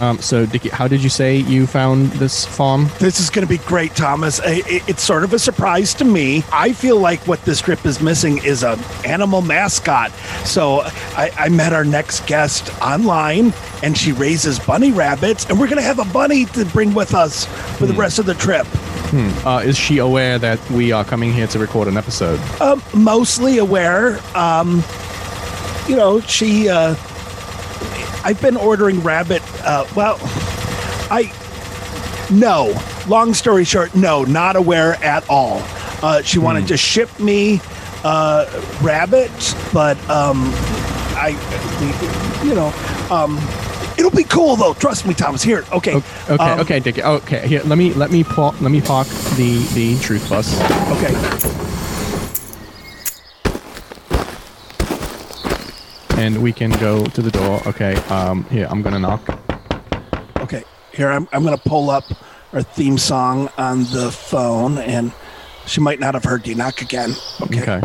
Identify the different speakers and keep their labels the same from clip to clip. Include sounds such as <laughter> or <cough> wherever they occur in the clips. Speaker 1: Um, so, Dickie, how did you say you found this farm?
Speaker 2: This is going to be great, Thomas. I- I- It's sort of a surprise to me. I feel like what this trip is missing is an animal mascot. So I, I met our next guest online, and she raises bunny rabbits, and we're going to have a bunny to bring with us for the rest of the trip.
Speaker 1: Uh, is she aware that we are coming here to record an episode?
Speaker 2: Um, mostly aware. Um, you know, she. Uh, I've been ordering rabbit. Uh, well, I. No. Long story short, no, not aware at all. Uh, she wanted to ship me uh, rabbit, but um, I, you know, um, it'll be cool though. Trust me, Thomas. Here, okay,
Speaker 1: Okay, okay,
Speaker 2: um,
Speaker 1: okay, Dickie. Okay, here. Let me let me park let me park the the truth bus.
Speaker 2: okay.
Speaker 1: and we can go to the door. Okay. Um. Here, I'm gonna knock.
Speaker 2: Okay, here I'm, I'm going to pull up our theme song on the phone, and she might not have heard you knock again. Okay.
Speaker 1: Okay.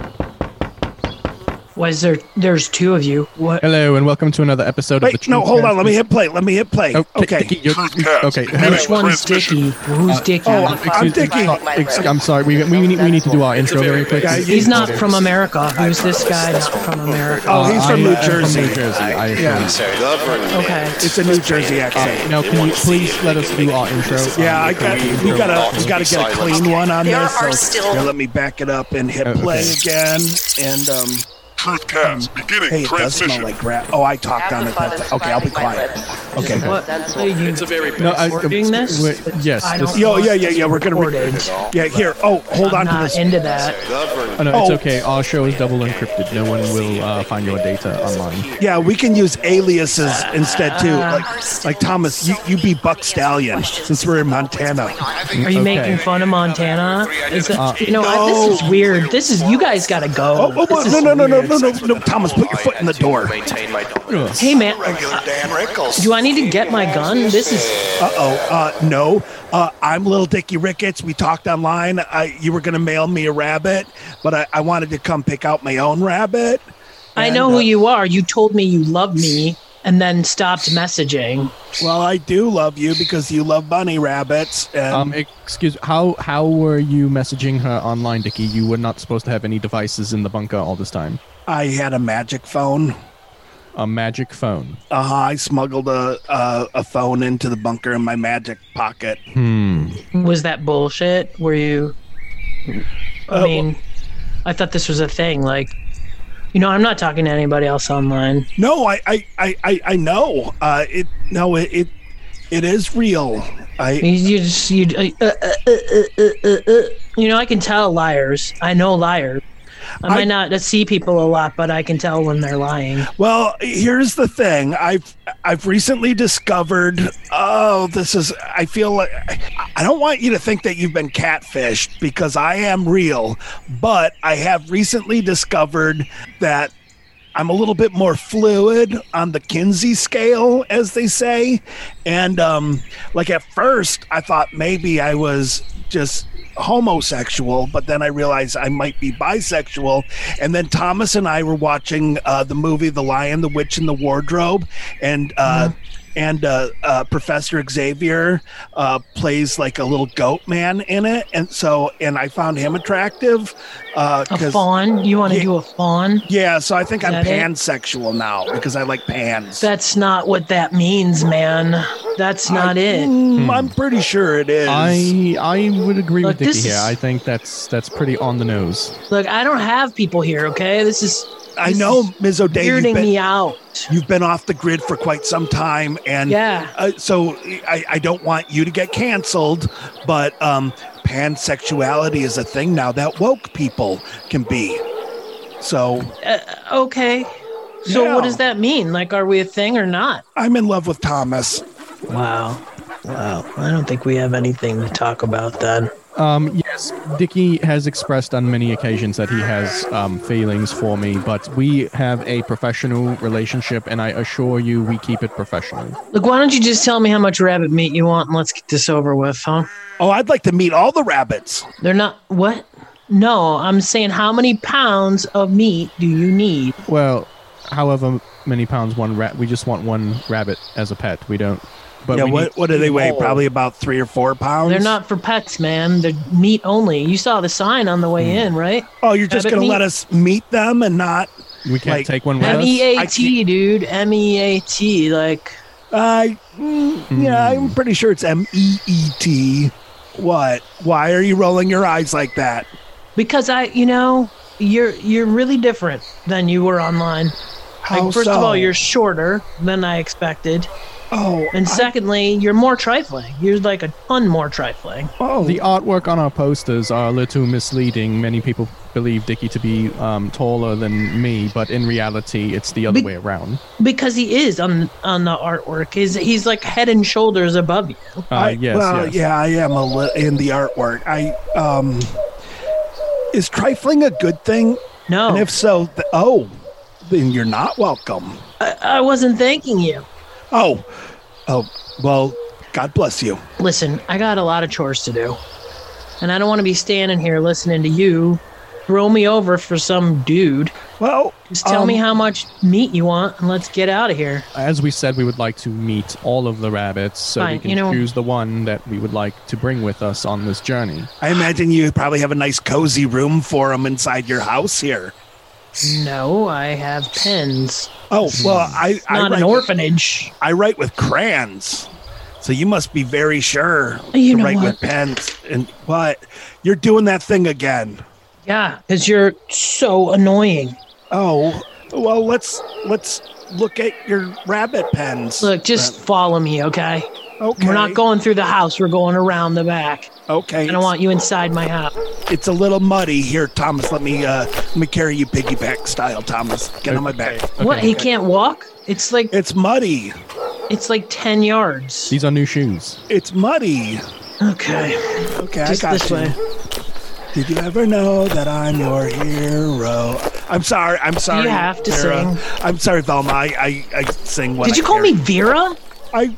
Speaker 3: Was there? There's two of you. What?
Speaker 1: Hello, and welcome to another episode of the.
Speaker 2: Wait, no,
Speaker 1: Truth
Speaker 2: hold on.
Speaker 1: Cast.
Speaker 2: Let me hit play. Let me hit play.
Speaker 1: Oh,
Speaker 2: okay.
Speaker 1: Dickie, you're-
Speaker 4: Podcast.
Speaker 1: okay.
Speaker 4: Hello,
Speaker 3: Which one's
Speaker 4: transmission.
Speaker 3: Dicky? Who's Dicky?
Speaker 2: oh,
Speaker 3: I'm-
Speaker 2: I'm Dickie.
Speaker 1: Ex- I'm sorry. We, we, we, need, we need to do our intro very quick.
Speaker 2: Yeah, you-
Speaker 3: He's not from America. Who's this guy? Not from America.
Speaker 2: Oh, he's from
Speaker 1: Uh, I-
Speaker 2: New
Speaker 1: I'm
Speaker 2: Jersey.
Speaker 1: New Jersey. I assume.
Speaker 2: Yeah.
Speaker 3: Okay.
Speaker 2: Oh, It's a New Jersey accent.
Speaker 1: Now, can you please let us do our intro?
Speaker 2: Yeah,
Speaker 1: Um,
Speaker 2: I got, we gotta we gotta get a clean one on
Speaker 5: There
Speaker 2: this.
Speaker 5: are
Speaker 2: so-
Speaker 5: still-
Speaker 2: Here, let me back it up and hit
Speaker 1: Oh, okay.
Speaker 2: play again. And um, hmm.
Speaker 4: Truthcast, beginning
Speaker 2: hey, it does smell
Speaker 4: transmission.
Speaker 2: like rat. Oh, I talked on it. that- Okay, I'll be quiet. Okay.
Speaker 3: What? It's a very
Speaker 1: No, I-
Speaker 3: recording this.
Speaker 1: wait, yes,
Speaker 3: I don't
Speaker 1: this-
Speaker 2: Yo,
Speaker 3: want
Speaker 2: yeah, yeah, yeah. We're gonna
Speaker 3: recorded.
Speaker 2: record. Yeah, here. Oh, hold
Speaker 3: I'm
Speaker 2: on to
Speaker 3: not
Speaker 2: this.
Speaker 3: into that.
Speaker 1: Oh, no, it's
Speaker 2: Oh.
Speaker 1: okay. Our show is double encrypted. No one will uh, find your data online.
Speaker 2: Yeah, we can use aliases instead too.
Speaker 3: Uh,
Speaker 2: Like, like Thomas, you, you be Buck Stallion since we're in Montana.
Speaker 3: Are you
Speaker 1: Okay.
Speaker 3: making fun of Montana? Is that, you know, I-
Speaker 2: Uh, no.
Speaker 3: this is weird. This is you guys gotta go.
Speaker 2: Oh, oh,
Speaker 3: This is
Speaker 2: no, no, no, no,
Speaker 3: weird.
Speaker 2: no, no, no, Thomas, put your foot in the door.
Speaker 3: Hey man, uh, do I need to get my gun? This is
Speaker 2: Uh-oh, uh, no. Uh, I'm Little Dickie Ricketts. We talked online. I, you were going to mail me a rabbit, but I, I wanted to come pick out my own rabbit.
Speaker 3: I know who you are. You told me you love me and then stopped messaging.
Speaker 2: Well, I do love you because you love bunny rabbits. And
Speaker 1: Um, excuse. How how were you messaging her online, Dickie? You were not supposed to have any devices in the bunker all this time.
Speaker 2: I had a magic phone.
Speaker 1: A magic phone.
Speaker 2: Uh-huh, I smuggled a, a, a phone into the bunker in my magic pocket.
Speaker 3: Was that bullshit? Were you?
Speaker 2: Uh,
Speaker 3: I mean, I thought this was a thing. Like, you know, I'm not talking to anybody else online.
Speaker 2: No, I I, I, I, I know. Uh, it no, it, it it is real. I
Speaker 3: You, you just you. Uh, uh, uh, uh, uh, uh, uh. You know, I can tell liars. I know liars. I,
Speaker 2: I-
Speaker 3: might not see people a lot, but I can tell when they're lying.
Speaker 2: well, here's the thing. I've I've recently discovered. Oh, this is. I feel like I- I don't want you to think that you've been catfished because I am real. But I have recently discovered that I'm a little bit more fluid on the Kinsey scale, as they say. And um, like at first, I thought maybe I was just homosexual, but then I realized I might be bisexual. And then Thomas and I were watching uh, the movie The Lion, the Witch, and the Wardrobe. And uh, and uh, uh, Professor Xavier uh, plays like a little goat man in it, and so and I found him attractive. Uh,
Speaker 3: A
Speaker 2: 'cause-
Speaker 3: fawn? You want to
Speaker 2: Yeah.
Speaker 3: do a fawn?
Speaker 2: Yeah, so I think I'm
Speaker 3: that it?
Speaker 2: pansexual now because I like pans.
Speaker 3: That's not what that means, man. That's not it.
Speaker 2: Mm, I'm pretty sure it is.
Speaker 1: I I would agree
Speaker 3: Look,
Speaker 1: with
Speaker 3: Uh, this
Speaker 1: Dickie here.
Speaker 3: is-
Speaker 1: I think that's that's pretty on the nose.
Speaker 3: Look, I don't have people here, okay? This is
Speaker 2: I
Speaker 3: this
Speaker 2: know
Speaker 3: is
Speaker 2: Ms. O'Day. You've
Speaker 3: weirding me
Speaker 2: been,
Speaker 3: out.
Speaker 2: you've been off the grid for quite some time, and
Speaker 3: Yeah.
Speaker 2: uh, so I, I don't want you to get canceled, but um, pansexuality is a thing now that woke people can be. So
Speaker 3: Okay. So
Speaker 2: Yeah.
Speaker 3: what does that mean? Like, are we a thing or not?
Speaker 2: I'm in love with Thomas.
Speaker 3: Wow. Wow. I don't think we have anything to talk about then.
Speaker 1: Um, yes, Dicky has expressed on many occasions that he has um, feelings for me, but we have a professional relationship, and I assure you, we keep it professional.
Speaker 3: Look, why don't you just tell me how much rabbit meat you want and let's get this over with, huh?
Speaker 2: Oh, I'd like to meet all the rabbits.
Speaker 3: They're not what? No, I'm saying how many pounds of meat do you need?
Speaker 1: Well, however many pounds one rat, we just want one rabbit as a pet. We don't. But
Speaker 2: yeah,
Speaker 1: we
Speaker 2: what
Speaker 1: need-
Speaker 2: what do they weigh? Probably about three or four pounds.
Speaker 3: They're not for pets, man. They're meat only. You saw the sign on the way in, right?
Speaker 2: Oh, you're just
Speaker 3: rabbit
Speaker 2: gonna
Speaker 3: meat?
Speaker 2: let us meet them and not?
Speaker 1: we can't
Speaker 2: like,
Speaker 1: take one with
Speaker 3: M E
Speaker 1: us.
Speaker 3: A T, dude. M E A T. Like,
Speaker 2: I mm, yeah,
Speaker 1: Hmm.
Speaker 2: I'm pretty sure it's M E E T. What? Why are you rolling your eyes like that?
Speaker 3: because I, you know, you're you're really different than you were online.
Speaker 2: How
Speaker 3: Like, first
Speaker 2: so?
Speaker 3: of all, you're shorter than I expected,
Speaker 2: oh
Speaker 3: and
Speaker 2: I-
Speaker 3: secondly, you're more trifling. You're like a ton more trifling.
Speaker 2: oh
Speaker 1: The artwork on our posters are a little misleading. Many people believe Dicky to be um, taller than me, but in reality, it's the other
Speaker 3: Be-
Speaker 1: way around.
Speaker 3: Because he is on on the artwork. He's he's like head and shoulders above you.
Speaker 1: Uh,
Speaker 2: I,
Speaker 1: yes,
Speaker 2: well,
Speaker 1: yes.
Speaker 2: yeah, I am a li- in the artwork. I um, is trifling a good thing?
Speaker 3: No,
Speaker 2: And if so, th- oh, then you're not welcome.
Speaker 3: I, I wasn't thanking you.
Speaker 2: Oh, oh, well, God bless you.
Speaker 3: Listen, I got a lot of chores to do, and I don't want to be standing here listening to you throw me over for some dude.
Speaker 2: Well,
Speaker 3: Just tell
Speaker 2: um,
Speaker 3: me how much meat you want, and let's get out of here.
Speaker 1: As we said, we would like to meet all of the rabbits, so we
Speaker 3: Fine,
Speaker 1: can
Speaker 3: you know-
Speaker 1: choose the one that we would like to bring with us on this journey.
Speaker 2: I imagine you probably have a nice cozy room for them inside your house here.
Speaker 3: No, I have pens.
Speaker 2: Oh,
Speaker 1: Hmm.
Speaker 2: well, I I
Speaker 3: Not
Speaker 2: write,
Speaker 3: an orphanage.
Speaker 2: I write with crayons. So you must be very sure
Speaker 3: Oh, You
Speaker 2: to
Speaker 3: know
Speaker 2: write with
Speaker 3: what?
Speaker 2: pens and what? You're doing that thing again.
Speaker 3: Yeah, because you're so annoying.
Speaker 2: Oh, well, let's let's look at your rabbit pens.
Speaker 3: Look, just follow me, okay?
Speaker 2: okay.
Speaker 3: We're not going through the house. We're going around the back.
Speaker 2: Okay.
Speaker 3: I don't want you inside my house.
Speaker 2: It's a little muddy here, Thomas. Let me uh let me carry you piggyback style, Thomas. Get on my back.
Speaker 3: what? He can't walk? It's like
Speaker 2: It's muddy.
Speaker 3: it's like ten yards.
Speaker 1: These are new shoes.
Speaker 2: It's muddy.
Speaker 3: Okay,
Speaker 2: Okay,
Speaker 3: just
Speaker 2: I got
Speaker 3: this
Speaker 2: you.
Speaker 3: way.
Speaker 2: Did you ever know that I'm your hero? I'm sorry. I'm sorry.
Speaker 3: have to
Speaker 2: Vera.
Speaker 3: sing.
Speaker 2: I'm sorry, Velma. I, I, I sing what
Speaker 3: Did
Speaker 2: I
Speaker 3: you call
Speaker 2: hear.
Speaker 3: me Vera?
Speaker 2: I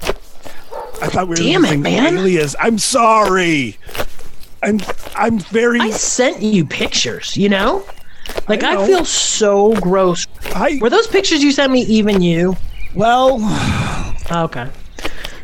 Speaker 2: I thought we were
Speaker 3: Damn it,
Speaker 2: using
Speaker 3: man.
Speaker 2: alias. I'm sorry. I'm I'm very
Speaker 3: I sent you pictures. You know, like
Speaker 2: I
Speaker 3: I,
Speaker 2: know.
Speaker 3: feel so gross.
Speaker 2: I
Speaker 3: Were those pictures you sent me even you? Oh,
Speaker 2: well.
Speaker 3: Okay,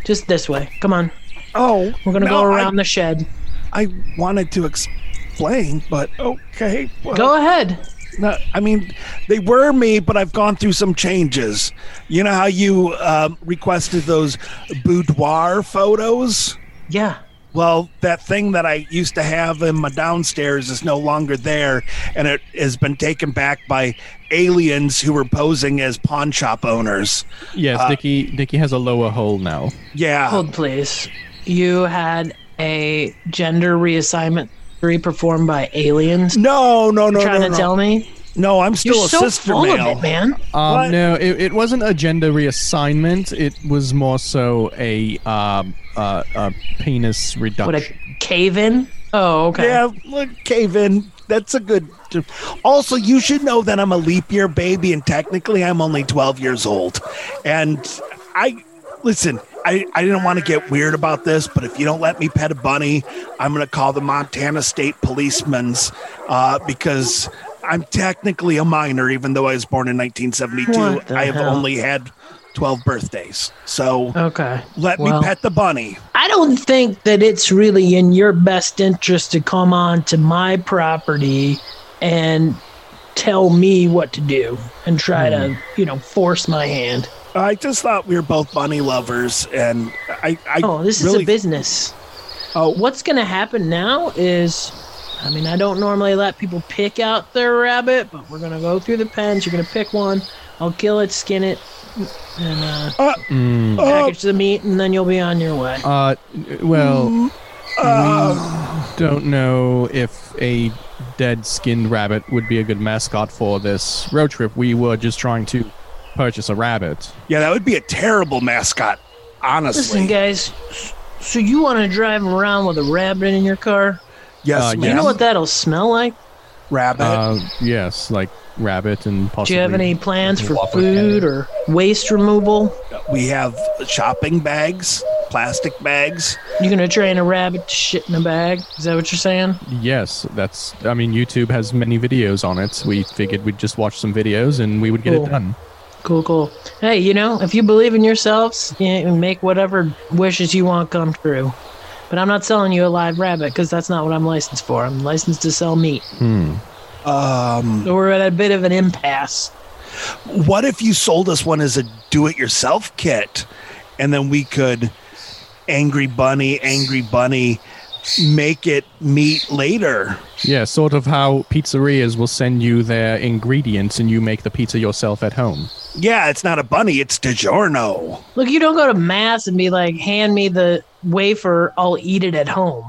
Speaker 3: just this way. Come on,
Speaker 2: Oh,
Speaker 3: we're gonna
Speaker 2: no,
Speaker 3: go around the shed.
Speaker 2: I, I wanted to explain, but okay. Well,
Speaker 3: Go ahead.
Speaker 2: No, I mean, they were me, but I've gone through some changes. You know how you um, requested those boudoir photos?
Speaker 3: Yeah.
Speaker 2: Well, that thing that I used to have in my downstairs is no longer there, and it has been taken back by aliens who were posing as pawn shop owners.
Speaker 1: Yes, Dicky. Dicky has a lower hole now.
Speaker 2: Yeah.
Speaker 3: Hold, please. You had a gender reassignment three performed by aliens.
Speaker 2: no, no, no,
Speaker 3: trying
Speaker 2: no,
Speaker 3: to
Speaker 2: no.
Speaker 3: tell me
Speaker 2: no, I'm still
Speaker 3: you're
Speaker 2: a
Speaker 3: so
Speaker 2: sister
Speaker 3: full
Speaker 2: male.
Speaker 3: of it, man.
Speaker 1: Um,
Speaker 2: What?
Speaker 1: no, it, it wasn't a gender reassignment. It was more so a um, uh, uh, penis reduction.
Speaker 3: What a cave in. Oh, okay.
Speaker 2: Yeah, look, cave in. That's a good. Also, you should know that I'm a leap year baby, and technically, I'm only 12 years old. And I listen. I, I didn't want to get weird about this, but if you don't let me pet a bunny, I'm going to call the Montana State Policemen's uh, because I'm technically a minor, even though I was born in 1972.
Speaker 3: What the
Speaker 2: I have
Speaker 3: hell?
Speaker 2: only had 12 birthdays. So
Speaker 3: Okay.
Speaker 2: let
Speaker 3: well.
Speaker 2: me pet the bunny.
Speaker 3: I don't think that it's really in your best interest to come on to my property and tell me what to do and try to, you know, force my hand.
Speaker 2: I just thought we were both bunny lovers, and I, I
Speaker 3: Oh, this is
Speaker 2: really,
Speaker 3: a business.
Speaker 2: Oh.
Speaker 3: what's going to happen now is I mean, I don't normally let people pick out their rabbit, but we're going to go through the pens. You're going to pick one. I'll kill it, skin it, and uh,
Speaker 1: Mm.
Speaker 2: Oh,
Speaker 3: package the meat, and then you'll be on your way.
Speaker 1: Uh, well, we don't know if a dead skinned rabbit would be a good mascot for this road trip. We were just trying to purchase a rabbit.
Speaker 2: yeah, that would be a terrible mascot, honestly.
Speaker 3: Listen, guys. s- So you want to drive around with a rabbit in your car?
Speaker 2: yes,
Speaker 1: uh,
Speaker 2: ma'am.
Speaker 3: You know
Speaker 1: Yes.
Speaker 3: what that'll smell like?
Speaker 2: rabbit.
Speaker 1: Uh, yes, like rabbit and
Speaker 3: Do
Speaker 1: possibly.
Speaker 3: you have any plans for
Speaker 1: Whopper
Speaker 3: food or waste removal?
Speaker 2: we have shopping bags, plastic bags.
Speaker 3: You gonna train a rabbit to shit in a bag? Is that what you're saying?
Speaker 1: Yes, that's. I mean, YouTube has many videos on it. We figured we'd just watch some videos and we would get
Speaker 3: Cool.
Speaker 1: it done.
Speaker 3: Cool, cool. Hey, you know, if you believe in yourselves, you can make whatever wishes you want come true. But I'm not selling you a live rabbit because that's not what I'm licensed for. I'm licensed to sell meat.
Speaker 2: Um,
Speaker 3: So we're at a bit of an impasse.
Speaker 2: what if you sold us one as a do-it-yourself kit, and then we could angry bunny, angry bunny, make it meat later.
Speaker 1: Yeah, sort of how pizzerias will send you their ingredients and you make the pizza yourself at home.
Speaker 2: Yeah, it's not a bunny, it's DiGiorno.
Speaker 3: Look, you don't go to mass and be like, hand me the wafer, I'll eat it at home.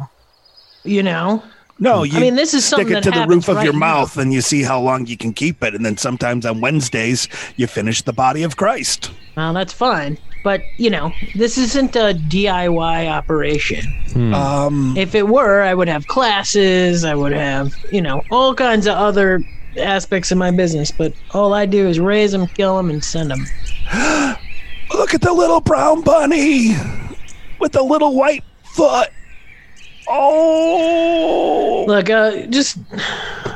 Speaker 3: You know?
Speaker 2: No, you
Speaker 3: I mean, this is
Speaker 2: stick
Speaker 3: something
Speaker 2: it
Speaker 3: that
Speaker 2: to the
Speaker 3: happens
Speaker 2: roof of
Speaker 3: right
Speaker 2: your
Speaker 3: now.
Speaker 2: mouth and you see how long you can keep it. And then sometimes on Wednesdays, you finish the body of Christ.
Speaker 3: Well, that's fine. But, you know, this isn't a DIY operation.
Speaker 2: Um,
Speaker 3: If it were, I would have classes, I would have, you know, all kinds of other aspects of my business. But all I do is raise them, kill them, and send them.
Speaker 2: look at the little brown bunny with the little white foot. Oh,
Speaker 3: Look, uh, just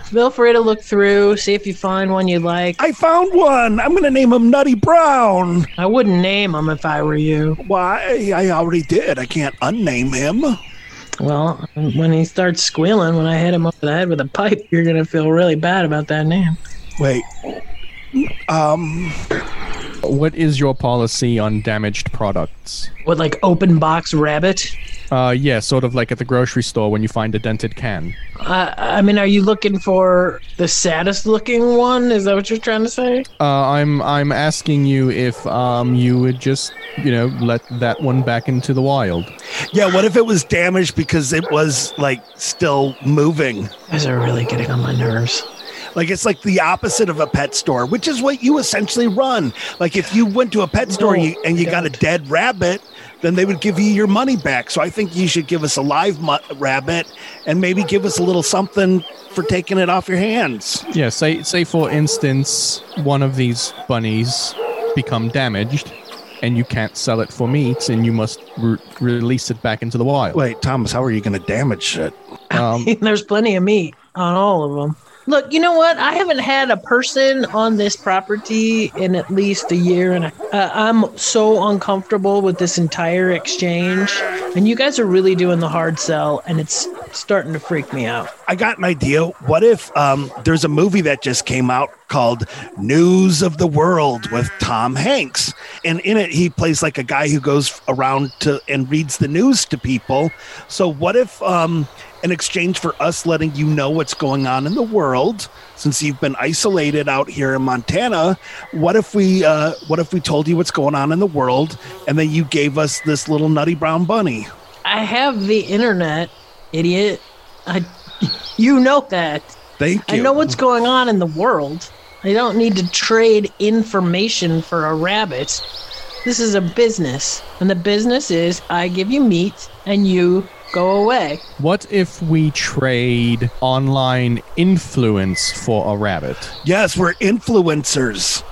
Speaker 3: feel free to look through, see if you find one you like.
Speaker 2: I found one. I'm going to name him Nutty Brown.
Speaker 3: I wouldn't name them if I were you.
Speaker 2: Why? I already did. I can't unname him.
Speaker 3: Well, when he starts squealing, when I hit him over the head with a pipe, you're gonna feel really bad about that name.
Speaker 2: Wait.
Speaker 1: What is your policy on damaged products?
Speaker 3: What, like open box rabbit?
Speaker 1: Uh, yeah, sort of like at the grocery store when you find a dented can.
Speaker 3: I mean, are you looking for the saddest looking one? Is that what you're trying to say?
Speaker 1: Uh, I'm I'm asking you if um you would just you know let that one back into the wild.
Speaker 2: Yeah, what if it was damaged because it was like still moving?
Speaker 3: You guys are really getting on my nerves. <laughs>
Speaker 2: Like it's like the opposite of a pet store, which is what you essentially run. Like if you went to a pet store and you, and you got a dead rabbit, then they would give you your money back. So I think you should give us a live mu- rabbit and maybe give us a little something for taking it off your hands.
Speaker 1: Yeah, say say for instance one of these bunnies become damaged, and you can't sell it for meat, and you must re- release it back into the wild.
Speaker 2: Wait, Thomas, how are you going to damage shit?
Speaker 1: Um,
Speaker 3: There's plenty of meat on all of them. Look, you know what? I haven't had a person on this property in at least a year, and uh, I'm so uncomfortable with this entire exchange. And you guys are really doing the hard sell, and it's starting to freak me out.
Speaker 2: I got an idea. What if um, there's a movie that just came out called News of the World with Tom Hanks? And in it, he plays like a guy who goes around to and reads the news to people. So, what if um, in exchange for us letting you know what's going on in the world, since you've been isolated out here in Montana, what if we uh, what if we told you what's going on in the world, and then you gave us this little nutty brown bunny?
Speaker 3: I have the internet, idiot. I, <laughs> you know that.
Speaker 2: Thank
Speaker 3: I
Speaker 2: you.
Speaker 3: know what's going on in the world. I don't need to trade information for a rabbit. This is a business, and the business is I give you meat and you go away.
Speaker 1: what if we trade online influence for a rabbit?
Speaker 2: Yes, we're influencers.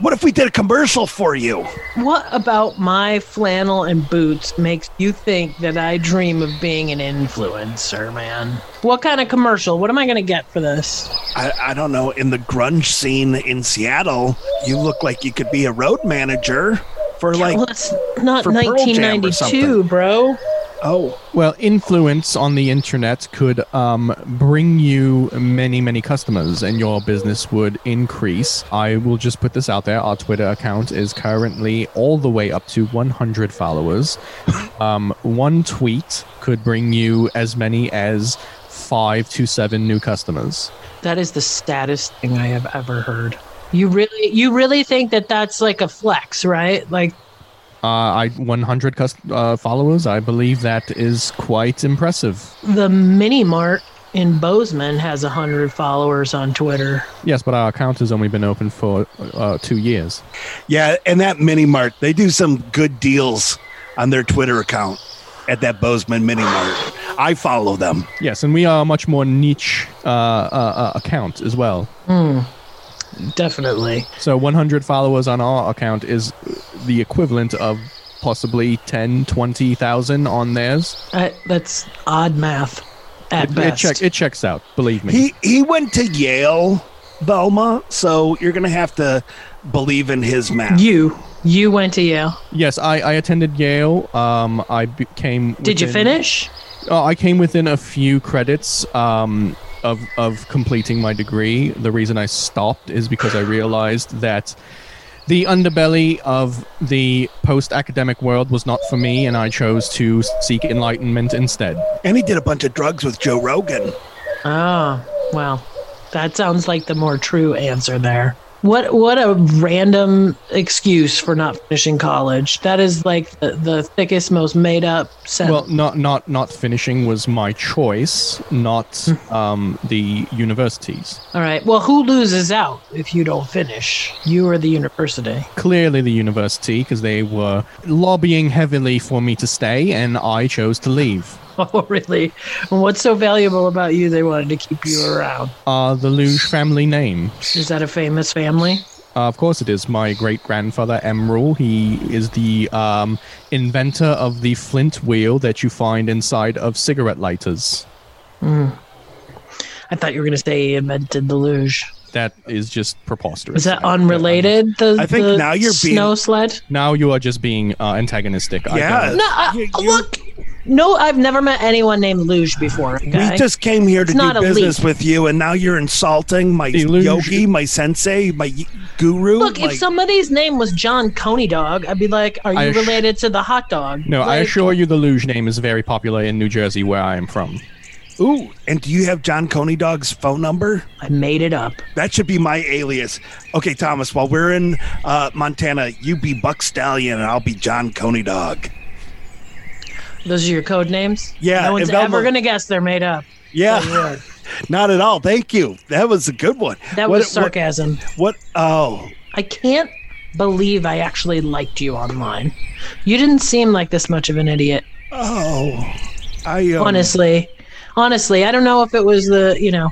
Speaker 2: What if we did a commercial for you?
Speaker 3: What about my flannel and boots makes you think that I dream of being an influencer, man? What kind of commercial? What am I going to get for this?
Speaker 2: I, I don't know. In the grunge scene in Seattle, you look like you could be a road manager for like,
Speaker 3: Well, it's not
Speaker 2: for Pearl Jam or
Speaker 3: 1992,
Speaker 2: something.
Speaker 3: bro.
Speaker 2: oh,
Speaker 1: Well, influence on the internet could um, bring you many, many customers, and your business would increase. I will just put this out there. Our Twitter account is currently all the way up to 100 followers. <laughs> Um, one tweet could bring you as many as five to seven new customers.
Speaker 3: That is the saddest thing I have ever heard. You really, you really think that that's like a flex, right? Like,
Speaker 1: Uh, I 100 cus- uh, followers. I believe that is quite impressive.
Speaker 3: the mini mart in Bozeman has 100 followers on Twitter.
Speaker 1: Yes, but our account has only been open for uh, two years.
Speaker 2: yeah. And that mini mart, they do some good deals on their Twitter account at that Bozeman mini mart. I follow them.
Speaker 1: Yes, and we are a much more niche uh, uh, uh, account as well.
Speaker 3: Definitely.
Speaker 1: So 100 followers on our account is the equivalent of possibly 10, 20,000 on theirs.
Speaker 3: I, Uh, that's odd math at
Speaker 1: It, it,
Speaker 3: best.
Speaker 1: check, it checks out, believe me.
Speaker 2: He he went to Yale, Velma. So you're gonna have to believe in his math.
Speaker 3: you, you went to Yale.
Speaker 1: yes, I, I attended Yale. Um, I became.
Speaker 3: Did you
Speaker 1: within-
Speaker 3: finish?
Speaker 1: Uh, I came within a few credits um, of of completing my degree. The reason I stopped is because I realized that the underbelly of the post-academic world was not for me, and I chose to seek enlightenment instead.
Speaker 2: and he did a bunch of drugs with Joe Rogan.
Speaker 3: Oh, well, that sounds like the more true answer there. What what a random excuse for not finishing college. That is like the, the thickest, most made up sentence.
Speaker 1: Well, not not not finishing was my choice, not um, the universities.
Speaker 3: All right. Well, who loses out if you don't finish? You or the university? <laughs>
Speaker 1: Clearly, the university because they were lobbying heavily for me to stay, and I chose to leave.
Speaker 3: Oh, really? And what's so valuable about you? They wanted to keep you around.
Speaker 1: Uh, the Luge family name.
Speaker 3: Is that a famous family?
Speaker 1: Uh, of course, it is. My great grandfather Emeril. He is the um, inventor of the flint wheel that you find inside of cigarette lighters.
Speaker 3: I thought you were going to say he invented the luge.
Speaker 1: That is just preposterous.
Speaker 3: Is that
Speaker 1: I-
Speaker 3: unrelated? The,
Speaker 2: I think
Speaker 3: the
Speaker 2: now you're being-
Speaker 3: snow sled.
Speaker 1: Now you are just being uh, antagonistic. I
Speaker 2: Yeah.
Speaker 1: don't-
Speaker 3: No, I,
Speaker 2: You- you-
Speaker 3: look. No, I've never met anyone named Luge before. okay?
Speaker 2: We just came here to
Speaker 3: It's not
Speaker 2: do
Speaker 3: a
Speaker 2: business
Speaker 3: leap.
Speaker 2: with you, and now you're insulting my
Speaker 1: Deluge.
Speaker 2: yogi, my sensei, my y- guru.
Speaker 3: Look,
Speaker 2: my-
Speaker 3: if somebody's name was John Coney Dog, I'd be like, "Are you
Speaker 1: I ass-
Speaker 3: related to the hot dog?"
Speaker 1: No, I
Speaker 3: Like,
Speaker 1: assure you, the luge name is very popular in New Jersey, where I am from.
Speaker 2: ooh, and do you have John Coney Dog's phone number?
Speaker 3: I made it up.
Speaker 2: That should be my alias. Okay, Thomas. While we're in uh, Montana, you be Buck Stallion, and I'll be John Coney Dog.
Speaker 3: Those are your code names.
Speaker 2: Yeah,
Speaker 3: no one's
Speaker 2: and Velma-
Speaker 3: ever gonna guess they're made up.
Speaker 2: Oh, Yeah, <laughs> not at all. Thank you. That was a good one.
Speaker 3: That
Speaker 2: What-
Speaker 3: was sarcasm.
Speaker 2: What? what oh,
Speaker 3: I can't believe I actually liked you online. You didn't seem like this much of an idiot,
Speaker 2: oh. I um,
Speaker 3: honestly. Honestly, I don't know if it was the you know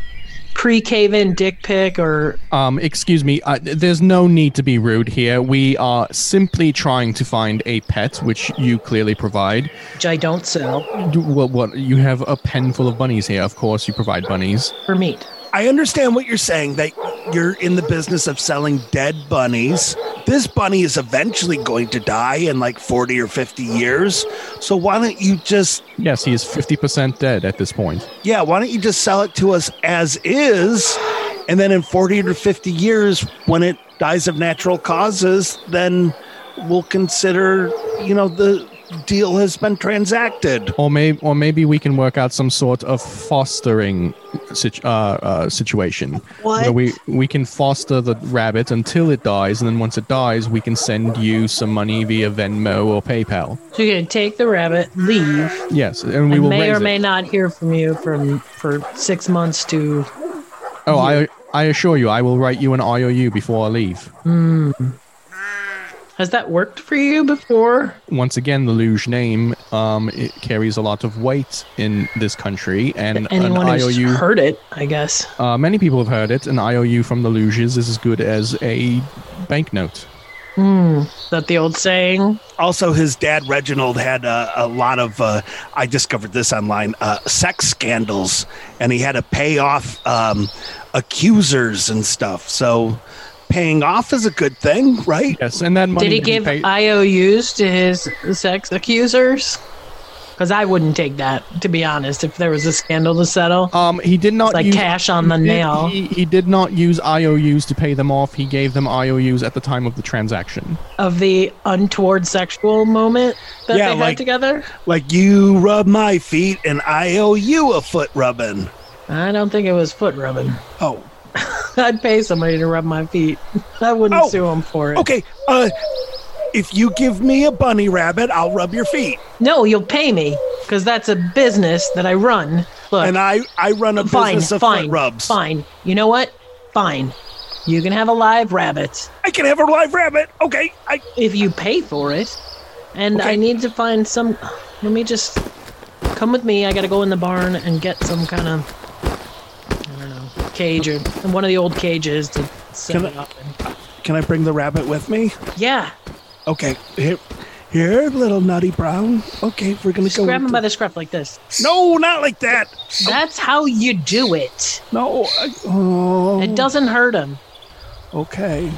Speaker 3: pre-cave in dick pic or
Speaker 1: Um, excuse me. Uh, th- there's no need to be rude here. We are simply trying to find a pet, which you clearly provide.
Speaker 3: which I don't sell
Speaker 1: You- What? What? You have a pen full of bunnies here. Of course, you provide bunnies.
Speaker 3: for meat.
Speaker 2: I understand what you're saying that you're in the business of selling dead bunnies. This bunny is eventually going to die in like 40 or 50 years. So why don't you just
Speaker 1: Yes, he is 50% dead at this point.
Speaker 2: yeah, why don't you just sell it to us as is and then in 40 or 50 years when it dies of natural causes, then we'll consider, you know, the deal has been transacted.
Speaker 1: Or maybe, or maybe we can work out some sort of fostering situ- uh, uh, situation where
Speaker 3: What?
Speaker 1: we we can foster the rabbit until it dies, and then once it dies, we can send you some money via Venmo or PayPal.
Speaker 3: So you're gonna take the rabbit, leave,
Speaker 1: Yes, and we
Speaker 3: I
Speaker 1: will
Speaker 3: may
Speaker 1: raise
Speaker 3: or
Speaker 1: it.
Speaker 3: may not hear from you from for six months to
Speaker 1: Oh, I I assure you, I will write you an IOU before I leave.
Speaker 3: has that worked for you before?
Speaker 1: Once again, the luge name um, it carries a lot of weight in this country, and an
Speaker 3: Anyone who's
Speaker 1: IOU.
Speaker 3: heard it, I guess.
Speaker 1: Uh, many people have heard it. An IOU from the luges is as good as a banknote.
Speaker 3: Is that the old saying?
Speaker 2: Also, his dad Reginald had a, a lot of. Uh, I discovered this online. Uh, sex scandals, and he had to pay off um, accusers and stuff. So, paying off is a good thing, right?
Speaker 1: Yes, and that money.
Speaker 3: Did he
Speaker 1: that he
Speaker 3: give
Speaker 1: paid-
Speaker 3: IOUs to his sex accusers? Because I wouldn't take that, to be honest, if there was a scandal to settle.
Speaker 2: Uh,
Speaker 1: Um, he did not
Speaker 3: It's like
Speaker 1: use,
Speaker 3: cash on the
Speaker 1: he did-
Speaker 3: nail.
Speaker 1: He, he did not use IOUs to pay them off. He gave them IOUs at the time of the transaction.
Speaker 3: Of the untoward sexual moment that
Speaker 2: Yeah,
Speaker 3: they had
Speaker 2: like-
Speaker 3: together?
Speaker 2: Like you rub my feet, and I owe you a foot rubbing.
Speaker 3: I don't think it was foot rubbing. <laughs>
Speaker 2: Oh,
Speaker 3: I'd pay somebody to rub my feet. <laughs> I wouldn't
Speaker 2: Oh,
Speaker 3: sue him for it.
Speaker 2: okay. Uh, if you give me a bunny rabbit, I'll rub your feet,
Speaker 3: No, you'll pay me because that's a business that I run. Look,
Speaker 2: and I I run a
Speaker 3: fine,
Speaker 2: business of
Speaker 3: fine,
Speaker 2: foot rubs.
Speaker 3: fine. You know what? Fine. You can have a live rabbit
Speaker 2: I can have a live rabbit. Okay, I
Speaker 3: if you pay for it. And I
Speaker 2: Okay.
Speaker 3: need to find some. Let me just come with me. I gotta go in the barn and get some kind of I don't know cage or one of the old cages to set
Speaker 2: Can
Speaker 3: it
Speaker 2: I-
Speaker 3: up. in.
Speaker 2: can I bring the rabbit with me?
Speaker 3: yeah,
Speaker 2: Okay, here, here, little nutty brown. Okay, we're gonna
Speaker 3: just
Speaker 2: go.
Speaker 3: grab him
Speaker 2: into-
Speaker 3: by the scruff like this.
Speaker 2: no, not like that.
Speaker 3: That's how you do it.
Speaker 2: No. I, oh.
Speaker 3: It doesn't hurt him.
Speaker 2: Okay.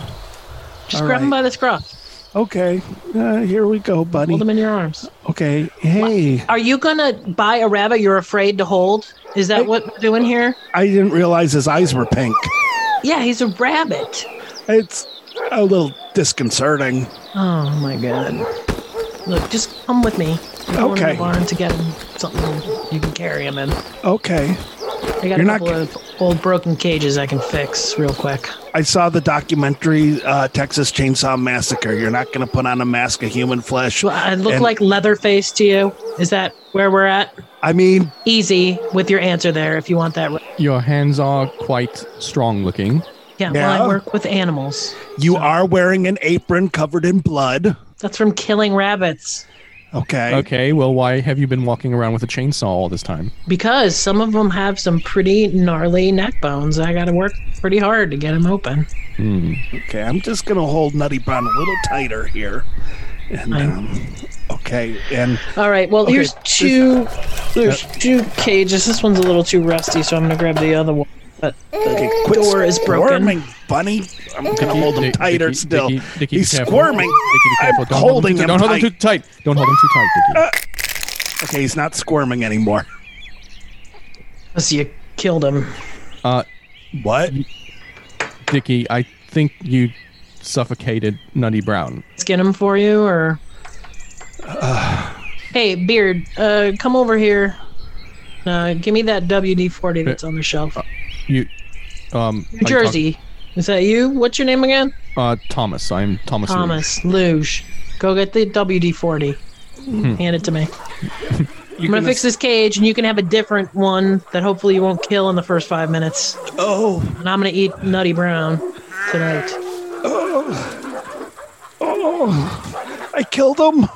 Speaker 3: Just
Speaker 2: All
Speaker 3: grab him
Speaker 2: right.
Speaker 3: by the scruff.
Speaker 2: Okay. Uh, here we go, buddy.
Speaker 3: Hold him in your arms.
Speaker 2: Okay. Hey,
Speaker 3: Are you gonna buy a rabbit you're afraid to hold? Is that what we're doing here?
Speaker 2: I didn't realize his eyes were pink.
Speaker 3: Yeah, he's a rabbit.
Speaker 2: It's a little disconcerting.
Speaker 3: Oh my god. Look, just come with me. We're going to
Speaker 2: Okay.
Speaker 3: the barn to get him something you can carry him in. I
Speaker 2: Okay.
Speaker 3: got a
Speaker 2: You're not
Speaker 3: couple of old broken cages I can fix real quick.
Speaker 2: I saw the documentary uh, Texas Chainsaw Massacre. You're not going to put on a mask of human flesh.
Speaker 3: Do I look
Speaker 2: And-
Speaker 3: like Leatherface to you? Is that where we're at?
Speaker 2: I mean,
Speaker 3: Easy with your answer there if you want that. ra-
Speaker 1: Your hands are quite strong looking.
Speaker 3: Yeah, well,
Speaker 2: Yeah.
Speaker 3: I work with animals.
Speaker 2: you are wearing an apron covered in blood.
Speaker 3: That's from killing rabbits.
Speaker 2: Okay.
Speaker 1: Okay, well, why have you been walking around with a chainsaw all this time?
Speaker 3: because some of them have some pretty gnarly neck bones. I got to work pretty hard to get them open.
Speaker 2: Okay, I'm just gonna hold Nutty Brown a little tighter here. And um, okay, and
Speaker 3: All right. Well, here's two. There's two cages. This one's a little too rusty, so I'm gonna grab the other one. But
Speaker 2: okay, quit
Speaker 3: door is broken.
Speaker 2: squirming, Bunny. I'm gonna hold him
Speaker 1: Dicky,
Speaker 2: tighter
Speaker 1: Dicky,
Speaker 2: still.
Speaker 1: Dicky, Dicky,
Speaker 2: He's
Speaker 1: be careful. Dicky,
Speaker 2: squirming.
Speaker 1: be
Speaker 2: I'm
Speaker 1: careful. Don't hold
Speaker 2: holding
Speaker 1: too-
Speaker 2: him
Speaker 1: Don't hold
Speaker 2: tight. Uh.
Speaker 1: him too tight. Don't hold him too tight, Dicky.
Speaker 2: Okay, he's not squirming anymore.
Speaker 3: unless you killed him.
Speaker 2: What?
Speaker 1: Dicky, I think you suffocated Nutty Brown.
Speaker 3: Skin him for you, or
Speaker 2: <sighs>
Speaker 3: hey, beard, uh, come over here. Uh, give me that WD-40 that's on the shelf.
Speaker 2: uh,
Speaker 1: You, um, I'm
Speaker 3: New Jersey. Is that you? What's your name again?
Speaker 1: Tom- uh, Thomas. I'm Thomas. Lee.
Speaker 3: Thomas Luge. Go get the WD-40. Hand it to me.
Speaker 2: You
Speaker 3: I'm gonna fix this cage, and you can have a different one that hopefully you won't kill in the first five minutes.
Speaker 2: Oh,
Speaker 3: And I'm gonna eat Nutty Brown tonight.
Speaker 2: I killed him.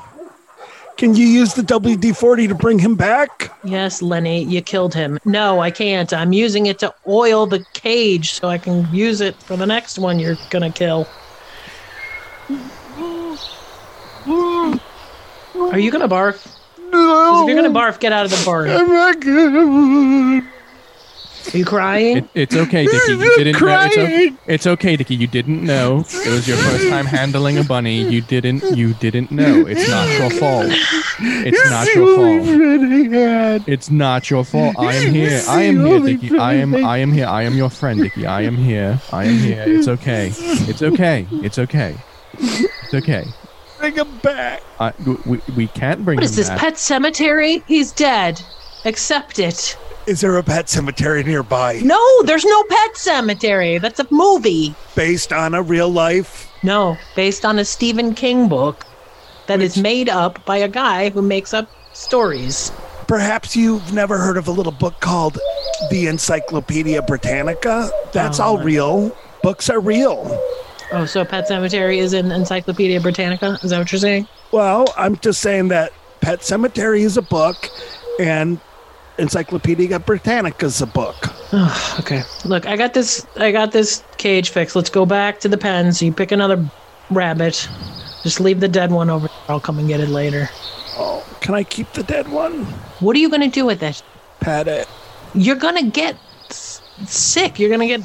Speaker 2: Can you use the WD-40 to bring him back?
Speaker 3: Yes, Lenny, you killed him. No, I can't. I'm using it to oil the cage so I can use it for the next one you're gonna kill. Are you gonna barf? 'Cause If you're gonna barf, get out of the barn. Are you crying?
Speaker 1: It, it's okay, Dicky. You didn't know. It's, o- it's okay, Dicky. You didn't know. It was your first time handling a bunny. You didn't. You didn't know. It's not your fault. It's not your fault. It's not your fault. I am here. I am here, Dicky. I am. I am here. I am your friend, Dicky. I am here. I am here. It's okay. It's okay. It's okay. It's okay.
Speaker 2: Bring him back.
Speaker 1: I, we, we can't bring
Speaker 3: What
Speaker 1: him
Speaker 3: is this,
Speaker 1: back.
Speaker 3: Pet Cemetery? He's dead. Accept it.
Speaker 2: Is there a pet cemetery nearby
Speaker 3: No, there's no Pet Cemetery. That's a movie.
Speaker 2: based on a real life?
Speaker 3: No, based on a Stephen King book that is made up by a guy who makes up stories.
Speaker 2: Perhaps you've never heard of a little book called The Encyclopedia Britannica? That's all real. Books are real.
Speaker 3: Oh, so Pet Cemetery is in Encyclopedia Britannica? Is that what you're saying?
Speaker 2: Well, I'm just saying that Pet Cemetery is a book and Encyclopedia Britannica is a book.
Speaker 3: Okay. Look, I got this. I got this cage fixed. Let's go back to the pen. So you pick another rabbit. Just leave the dead one over. there. I'll come and get it later.
Speaker 2: Oh, Can I keep the dead one?
Speaker 3: What are you gonna do with it?
Speaker 2: Pat it.
Speaker 3: You're gonna get s- sick. You're gonna get.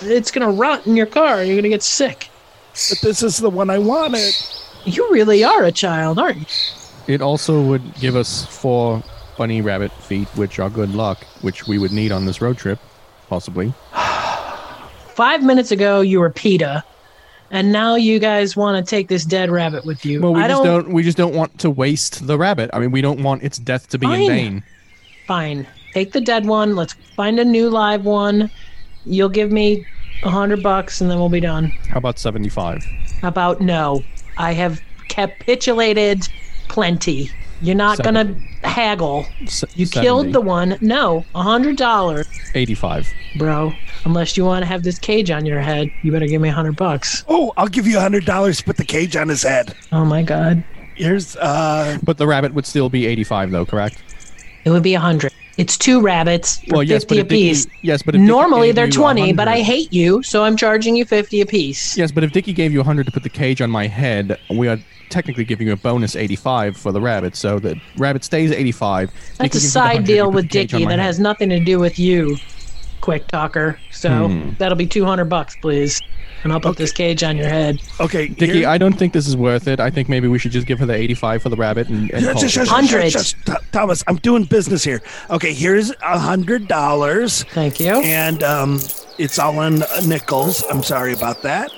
Speaker 3: It's gonna rot in your car. You're gonna get sick.
Speaker 2: But this is the one I wanted.
Speaker 3: You really are a child, aren't you?
Speaker 1: It also would give us four bunny rabbit feet, which are good luck, which we would need on this road trip, possibly.
Speaker 3: Five minutes ago, you were PETA, and now you guys want to take this dead rabbit with you.
Speaker 1: Well, we
Speaker 3: I
Speaker 1: just
Speaker 3: don't,
Speaker 1: don't... We just don't want to waste the rabbit. I mean, we don't want its death to be
Speaker 3: Fine.
Speaker 1: in vain.
Speaker 3: Fine. Take the dead one. Let's find a new live one. You'll give me a hundred bucks, and then we'll be done.
Speaker 1: How about seventy-five?
Speaker 3: About no, I have capitulated plenty. You're not going
Speaker 1: Seventy.
Speaker 3: gonna haggle.
Speaker 1: S-
Speaker 3: You
Speaker 1: 70,
Speaker 3: killed the one. No, a hundred dollars,
Speaker 1: eighty-five.
Speaker 3: bro. Unless you want to have this cage on your head, you better give me a hundred bucks.
Speaker 2: Oh, I'll give you a hundred dollars to put the cage on his head.
Speaker 3: Oh my god,
Speaker 2: Here's uh
Speaker 1: But the rabbit would still be eighty-five, though, correct?
Speaker 3: it would be a hundred. It's two rabbits for
Speaker 1: Well, yes, but
Speaker 3: fifty
Speaker 1: if Dickie,
Speaker 3: apiece.
Speaker 1: yes, but if Dickie
Speaker 3: Normally
Speaker 1: gave
Speaker 3: they're
Speaker 1: you
Speaker 3: twenty, but
Speaker 1: 100
Speaker 3: I hate you, so I'm charging you fifty apiece.
Speaker 1: Yes, but if Dickie gave you 100 to put the cage on my head, we are technically giving you a bonus 85 for the rabbit. So the rabbit stays 85.
Speaker 3: That's
Speaker 1: Dickie
Speaker 3: a
Speaker 1: gives you the
Speaker 3: side
Speaker 1: 100, you
Speaker 3: deal
Speaker 1: put
Speaker 3: with
Speaker 1: the cage on
Speaker 3: Dickie
Speaker 1: my
Speaker 3: that
Speaker 1: head.
Speaker 3: has nothing to do with you, quick talker. So
Speaker 1: Hmm.
Speaker 3: that'll be 200 bucks, please. And I'll put this cage on your head.
Speaker 2: okay.
Speaker 1: Dickie,
Speaker 2: here-
Speaker 1: I don't think this is worth it. I think maybe we should just give her the 85 for the rabbit and, and
Speaker 2: Yeah,
Speaker 1: call
Speaker 2: just-
Speaker 1: it.
Speaker 2: just-
Speaker 3: Hundred.
Speaker 2: just- just- Thomas, I'm doing business here. Okay, here's a hundred dollars,
Speaker 3: Thank you.
Speaker 2: and um, it's all in nickels. I'm sorry about that.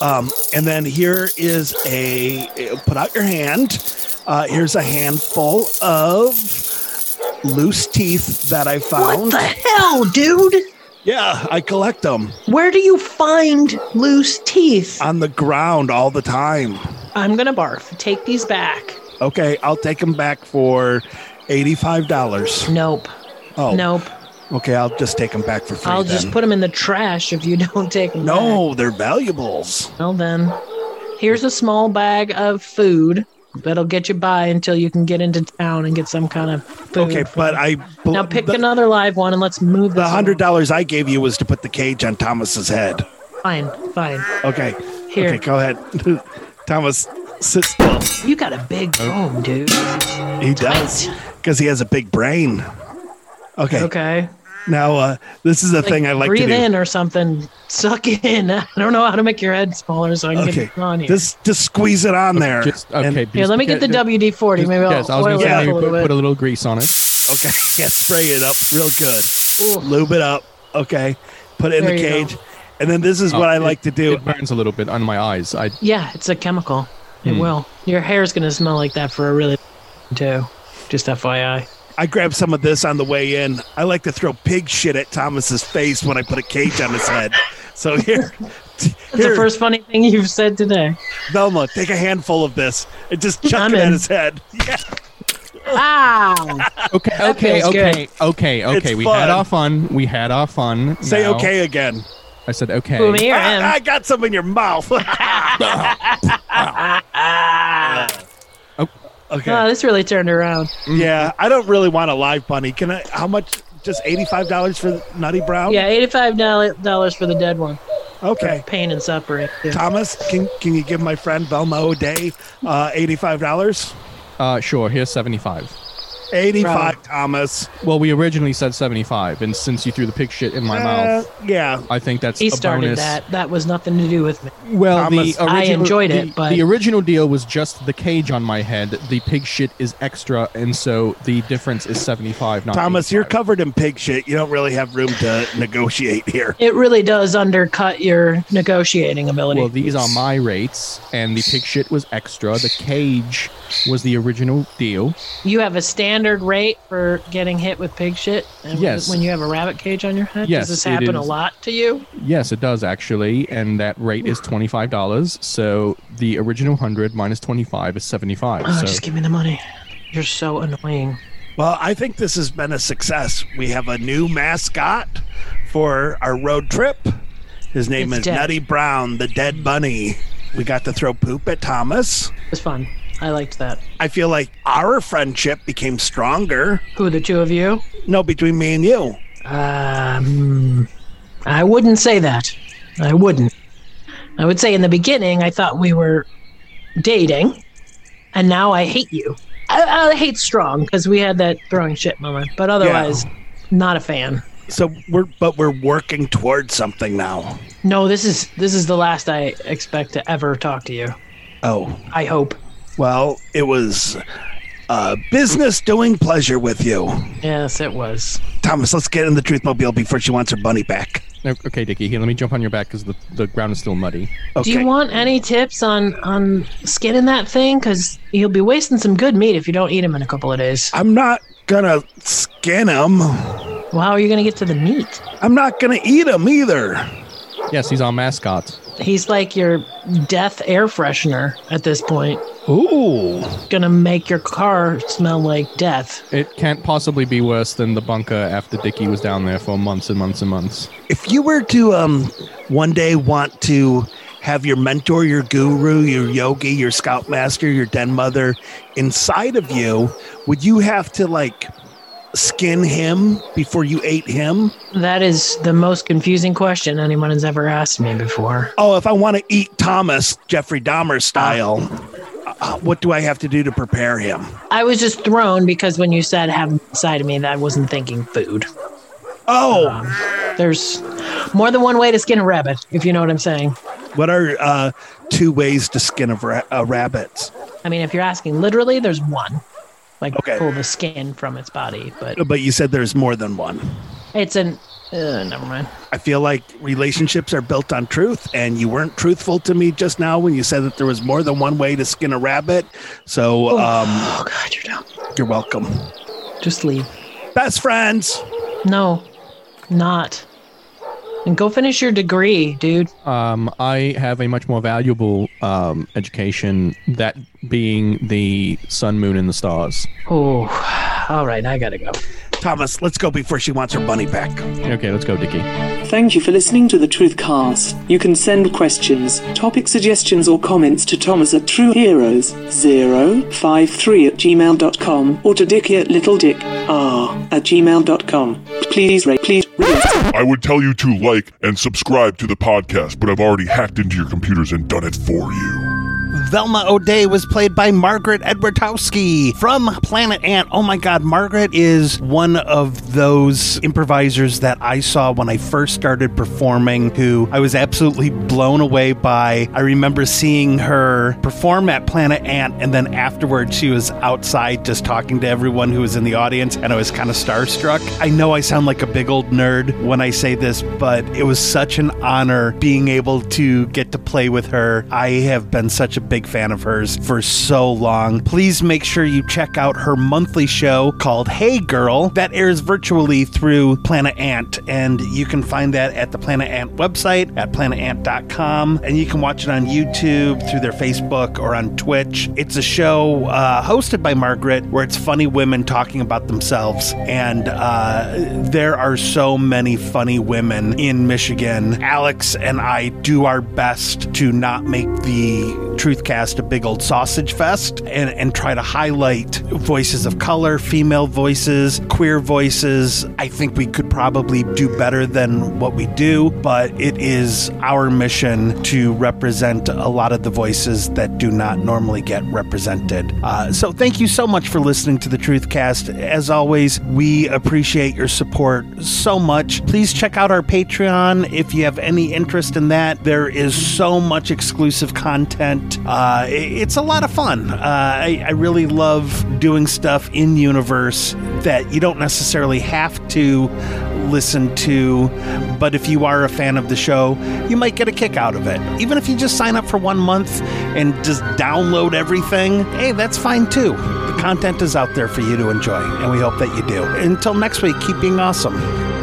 Speaker 2: Um, and then here is a put out your hand. Uh, here's a handful of loose teeth that I
Speaker 3: What
Speaker 2: found.
Speaker 3: the hell, dude?
Speaker 2: Yeah, I collect them
Speaker 3: Where do you find loose teeth?
Speaker 2: on the ground all the time.
Speaker 3: I'm gonna barf. Take these back.
Speaker 2: Okay, I'll take them back for eighty-five dollars.
Speaker 3: Nope.
Speaker 2: Oh
Speaker 3: Nope.
Speaker 2: Okay, I'll just take them back for free.
Speaker 3: I'll just
Speaker 2: then.
Speaker 3: put them in the trash if you <laughs> don't take them.
Speaker 2: No, they're valuables.
Speaker 3: Back. Well then, here's a small bag of food that'll get you by until you can get into town and get some kind of food.
Speaker 2: Okay, but I bl-
Speaker 3: Now pick
Speaker 2: the,
Speaker 3: another live one and let's move this
Speaker 2: the hundred
Speaker 3: along.
Speaker 2: dollars I gave you was to put the cage on Thomas's head.
Speaker 3: Fine, fine.
Speaker 2: Okay,
Speaker 3: Here.
Speaker 2: okay, go ahead, <laughs> Thomas. Sit still.
Speaker 3: You got a big bone, dude.
Speaker 2: Oh. He does because he has a big brain. Okay,
Speaker 3: Okay.
Speaker 2: now uh, this is the
Speaker 3: Like,
Speaker 2: thing I like to
Speaker 3: breathe
Speaker 2: do.
Speaker 3: in or something. Suck it in. <laughs> I don't know how to make your head smaller so I can
Speaker 2: okay,
Speaker 3: get it on here.
Speaker 2: just just squeeze it on there.
Speaker 1: Just, okay,
Speaker 2: And-
Speaker 3: here,
Speaker 1: just
Speaker 3: let me get the
Speaker 1: just-
Speaker 3: WD forty. Maybe I'll
Speaker 1: yes, I was
Speaker 3: oil
Speaker 1: going to
Speaker 3: it
Speaker 1: say
Speaker 3: up
Speaker 1: maybe
Speaker 3: a little
Speaker 1: put, put a
Speaker 3: bit.
Speaker 1: little grease on it.
Speaker 2: okay, <laughs> yeah, spray it up real good.
Speaker 3: Ooh,
Speaker 2: Lube it up. Okay, put it in
Speaker 3: There
Speaker 2: the
Speaker 3: you go.
Speaker 2: cage. And then this is what
Speaker 1: Oh,
Speaker 2: I
Speaker 1: it-
Speaker 2: like to do.
Speaker 1: It burns a little bit on my eyes.
Speaker 2: <laughs>
Speaker 1: I
Speaker 3: yeah, it's a chemical. It
Speaker 1: Hmm.
Speaker 3: will. Your hair's gonna smell like that for a really too. Just FYI.
Speaker 2: I grabbed some of this on the way in. I like to throw pig shit at Thomas's face when I put a cage on his head. So
Speaker 3: <laughs>
Speaker 2: here,
Speaker 3: That's
Speaker 2: here,
Speaker 3: the first funny thing you've said today.
Speaker 2: Velma, take a handful of this and just chuck
Speaker 3: I'm
Speaker 2: it at
Speaker 3: in.
Speaker 2: his head. Yeah,
Speaker 3: Ah,
Speaker 1: okay, okay,
Speaker 3: feels good.
Speaker 1: okay, okay, okay. We
Speaker 2: fun.
Speaker 1: had our fun. We had our fun.
Speaker 2: say
Speaker 1: Now-
Speaker 2: okay again.
Speaker 1: I said okay.
Speaker 3: boom here I am.
Speaker 2: Ah, I got some in your mouth. <laughs> okay.
Speaker 3: Oh, this really turned around.
Speaker 2: yeah, I don't really want a live bunny. Can I? How much? Just eighty-five dollars for Nutty Brown?
Speaker 3: Yeah, eighty-five dollars for the dead one.
Speaker 2: Okay.
Speaker 3: Pain and suffering. Yeah.
Speaker 2: Thomas, can can you give my friend Velma O'Day uh, eighty-five dollars?
Speaker 1: Uh, sure. Here's seventy-five.
Speaker 2: Eighty-five, Thomas.
Speaker 1: Well, we originally said 75, and since you threw the pig shit in my mouth,
Speaker 2: Uh, yeah.
Speaker 1: I think that's
Speaker 3: He
Speaker 1: a
Speaker 3: started
Speaker 1: bonus.
Speaker 3: that. That was nothing to do with me.
Speaker 1: Well,
Speaker 2: Thomas-
Speaker 1: the original,
Speaker 3: I enjoyed
Speaker 1: the-
Speaker 3: it, but-
Speaker 1: the original deal was just the cage on my head. The pig shit is extra, and so the difference is 75. Not
Speaker 2: Thomas, you're
Speaker 1: 85.
Speaker 2: covered in pig shit. You don't really have room to negotiate here.
Speaker 3: It really does undercut your negotiating ability.
Speaker 1: Well, these are my rates, and the pig shit was extra. The cage was the original deal.
Speaker 3: you have a standard rate for getting hit with pig shit. And
Speaker 1: Yes.
Speaker 3: When you have a rabbit cage on your head.
Speaker 1: Yes,
Speaker 3: Does this
Speaker 1: it
Speaker 3: happen a
Speaker 1: is.
Speaker 3: lot to you?
Speaker 1: Yes, it does actually, and that rate is twenty-five dollars. So the original hundred minus twenty-five is seventy-five.
Speaker 3: Oh,
Speaker 1: so
Speaker 3: just give me the money. You're so annoying.
Speaker 2: Well, I think this has been a success. We have a new mascot for our road trip. His name
Speaker 3: It's
Speaker 2: is
Speaker 3: dead.
Speaker 2: Nutty Brown, the dead bunny. We got to throw poop at Thomas.
Speaker 3: It was fun. I liked that.
Speaker 2: I feel like our friendship became stronger.
Speaker 3: Who the two of you?
Speaker 2: No, between me and you.
Speaker 3: Um, I wouldn't say that. I wouldn't. I would say in the beginning, I thought we were dating, and now I hate you. I, I hate strong because we had that throwing shit moment, but otherwise, not a fan.
Speaker 6: So we're but we're working towards something now.
Speaker 3: No, this is this is the last I expect to ever talk to you.
Speaker 6: Oh,
Speaker 3: I hope.
Speaker 6: well, it was uh, business doing pleasure with you,
Speaker 3: Yes, it was.
Speaker 6: Thomas. Let's get in the truth mobile before she wants her bunny back.
Speaker 1: No, okay, Dickie, here, let me jump on your back because the, the ground is still muddy.
Speaker 6: Okay.
Speaker 3: Do you want any tips on on skinning that thing? Because you'll be wasting some good meat if you don't eat them in a couple of days.
Speaker 6: I'm not gonna skin him.
Speaker 3: Well, how are you gonna get to the meat?
Speaker 6: I'm not gonna eat him either.
Speaker 1: Yes, he's our mascot.
Speaker 3: He's like your death air freshener at this point.
Speaker 6: Ooh.
Speaker 3: Gonna make your car smell like death.
Speaker 1: It can't possibly be worse than the bunker after Dickie was down there for months and months and months.
Speaker 6: If you were to um one day want to have your mentor, your guru, your yogi, your scoutmaster, your den mother inside of you, would you have to like skin him before you ate him?
Speaker 3: That is the most confusing question anyone has ever asked me before.
Speaker 6: Oh, if I want to eat Thomas Jeffrey Dahmer style, uh, what do I have to do to prepare him?
Speaker 3: I was just thrown because when you said have them inside of me, that I wasn't thinking food.
Speaker 6: Oh,
Speaker 3: There's more than one way to skin a rabbit, if you know what I'm saying.
Speaker 6: what are uh, two ways to skin a, ra- a rabbit?
Speaker 3: I mean, if you're asking literally, there's one. Like
Speaker 6: Okay.
Speaker 3: pull the skin from its body, but
Speaker 6: But you said there's more than one.
Speaker 3: it's an. Uh, never mind.
Speaker 6: I feel like relationships are built on truth, and you weren't truthful to me just now when you said that there was more than one way to skin a rabbit. So um,
Speaker 3: Oh God, you're dumb.
Speaker 6: you're welcome.
Speaker 3: Just leave.
Speaker 6: Best friends.
Speaker 3: No, not. And go finish your degree, dude.
Speaker 1: Um, I have a much more valuable um, education, that being the sun, moon, and the stars.
Speaker 3: Oh, all right. I gotta go.
Speaker 6: Thomas, let's go before she wants her bunny back.
Speaker 1: Okay, let's go, Dickie.
Speaker 5: Thank you for listening to the Truth Cast. You can send questions, topic suggestions, or comments to Thomas at TrueHeroes053 at gmail.com or to Dickie at LittleDickR at gmail.com. Please rate, please rate.
Speaker 7: I would tell you to like and subscribe to the podcast, but I've already hacked into your computers and done it for you.
Speaker 2: Velma O'Day was played by Margaret Edwardowski from Planet Ant. Oh my God, Margaret is one of those improvisers that I saw when I first started performing, who I was absolutely blown away by. I remember seeing her perform at Planet Ant, and then afterwards she was outside just talking to everyone who was in the audience, and I was kind of starstruck. I know I sound like a big old nerd when I say this, but it was such an honor being able to get to play with her. I have been such a big fan of hers for so long. Please make sure you check out her monthly show called Hey Girl that airs virtually through Planet Ant. And you can find that at the Planet Ant website at planetant.com. And you can watch it on YouTube, through their Facebook, or on Twitch. It's a show uh, hosted by Margaret where it's funny women talking about themselves. And uh, there are so many funny women in Michigan. Alex and I do our best to not make the Truthcast a big old sausage fest and, and try to highlight voices of color, female voices, queer voices. I think we could probably do better than what we do, but it is our mission to represent a lot of the voices that do not normally get represented. Uh, so thank you so much for listening to the Truthcast. As always, we appreciate your support so much. Please check out our Patreon if you have any interest in that. There is so much exclusive content. Uh, i- it's a lot of fun. Uh, I, I really love doing stuff in universe that you don't necessarily have to listen to, but if you are a fan of the show, you might get a kick out of it. Even if you just sign up for one month and just download everything, hey, that's fine too. The content is out there for you to enjoy, and we hope that you do. Until next week, keep being awesome.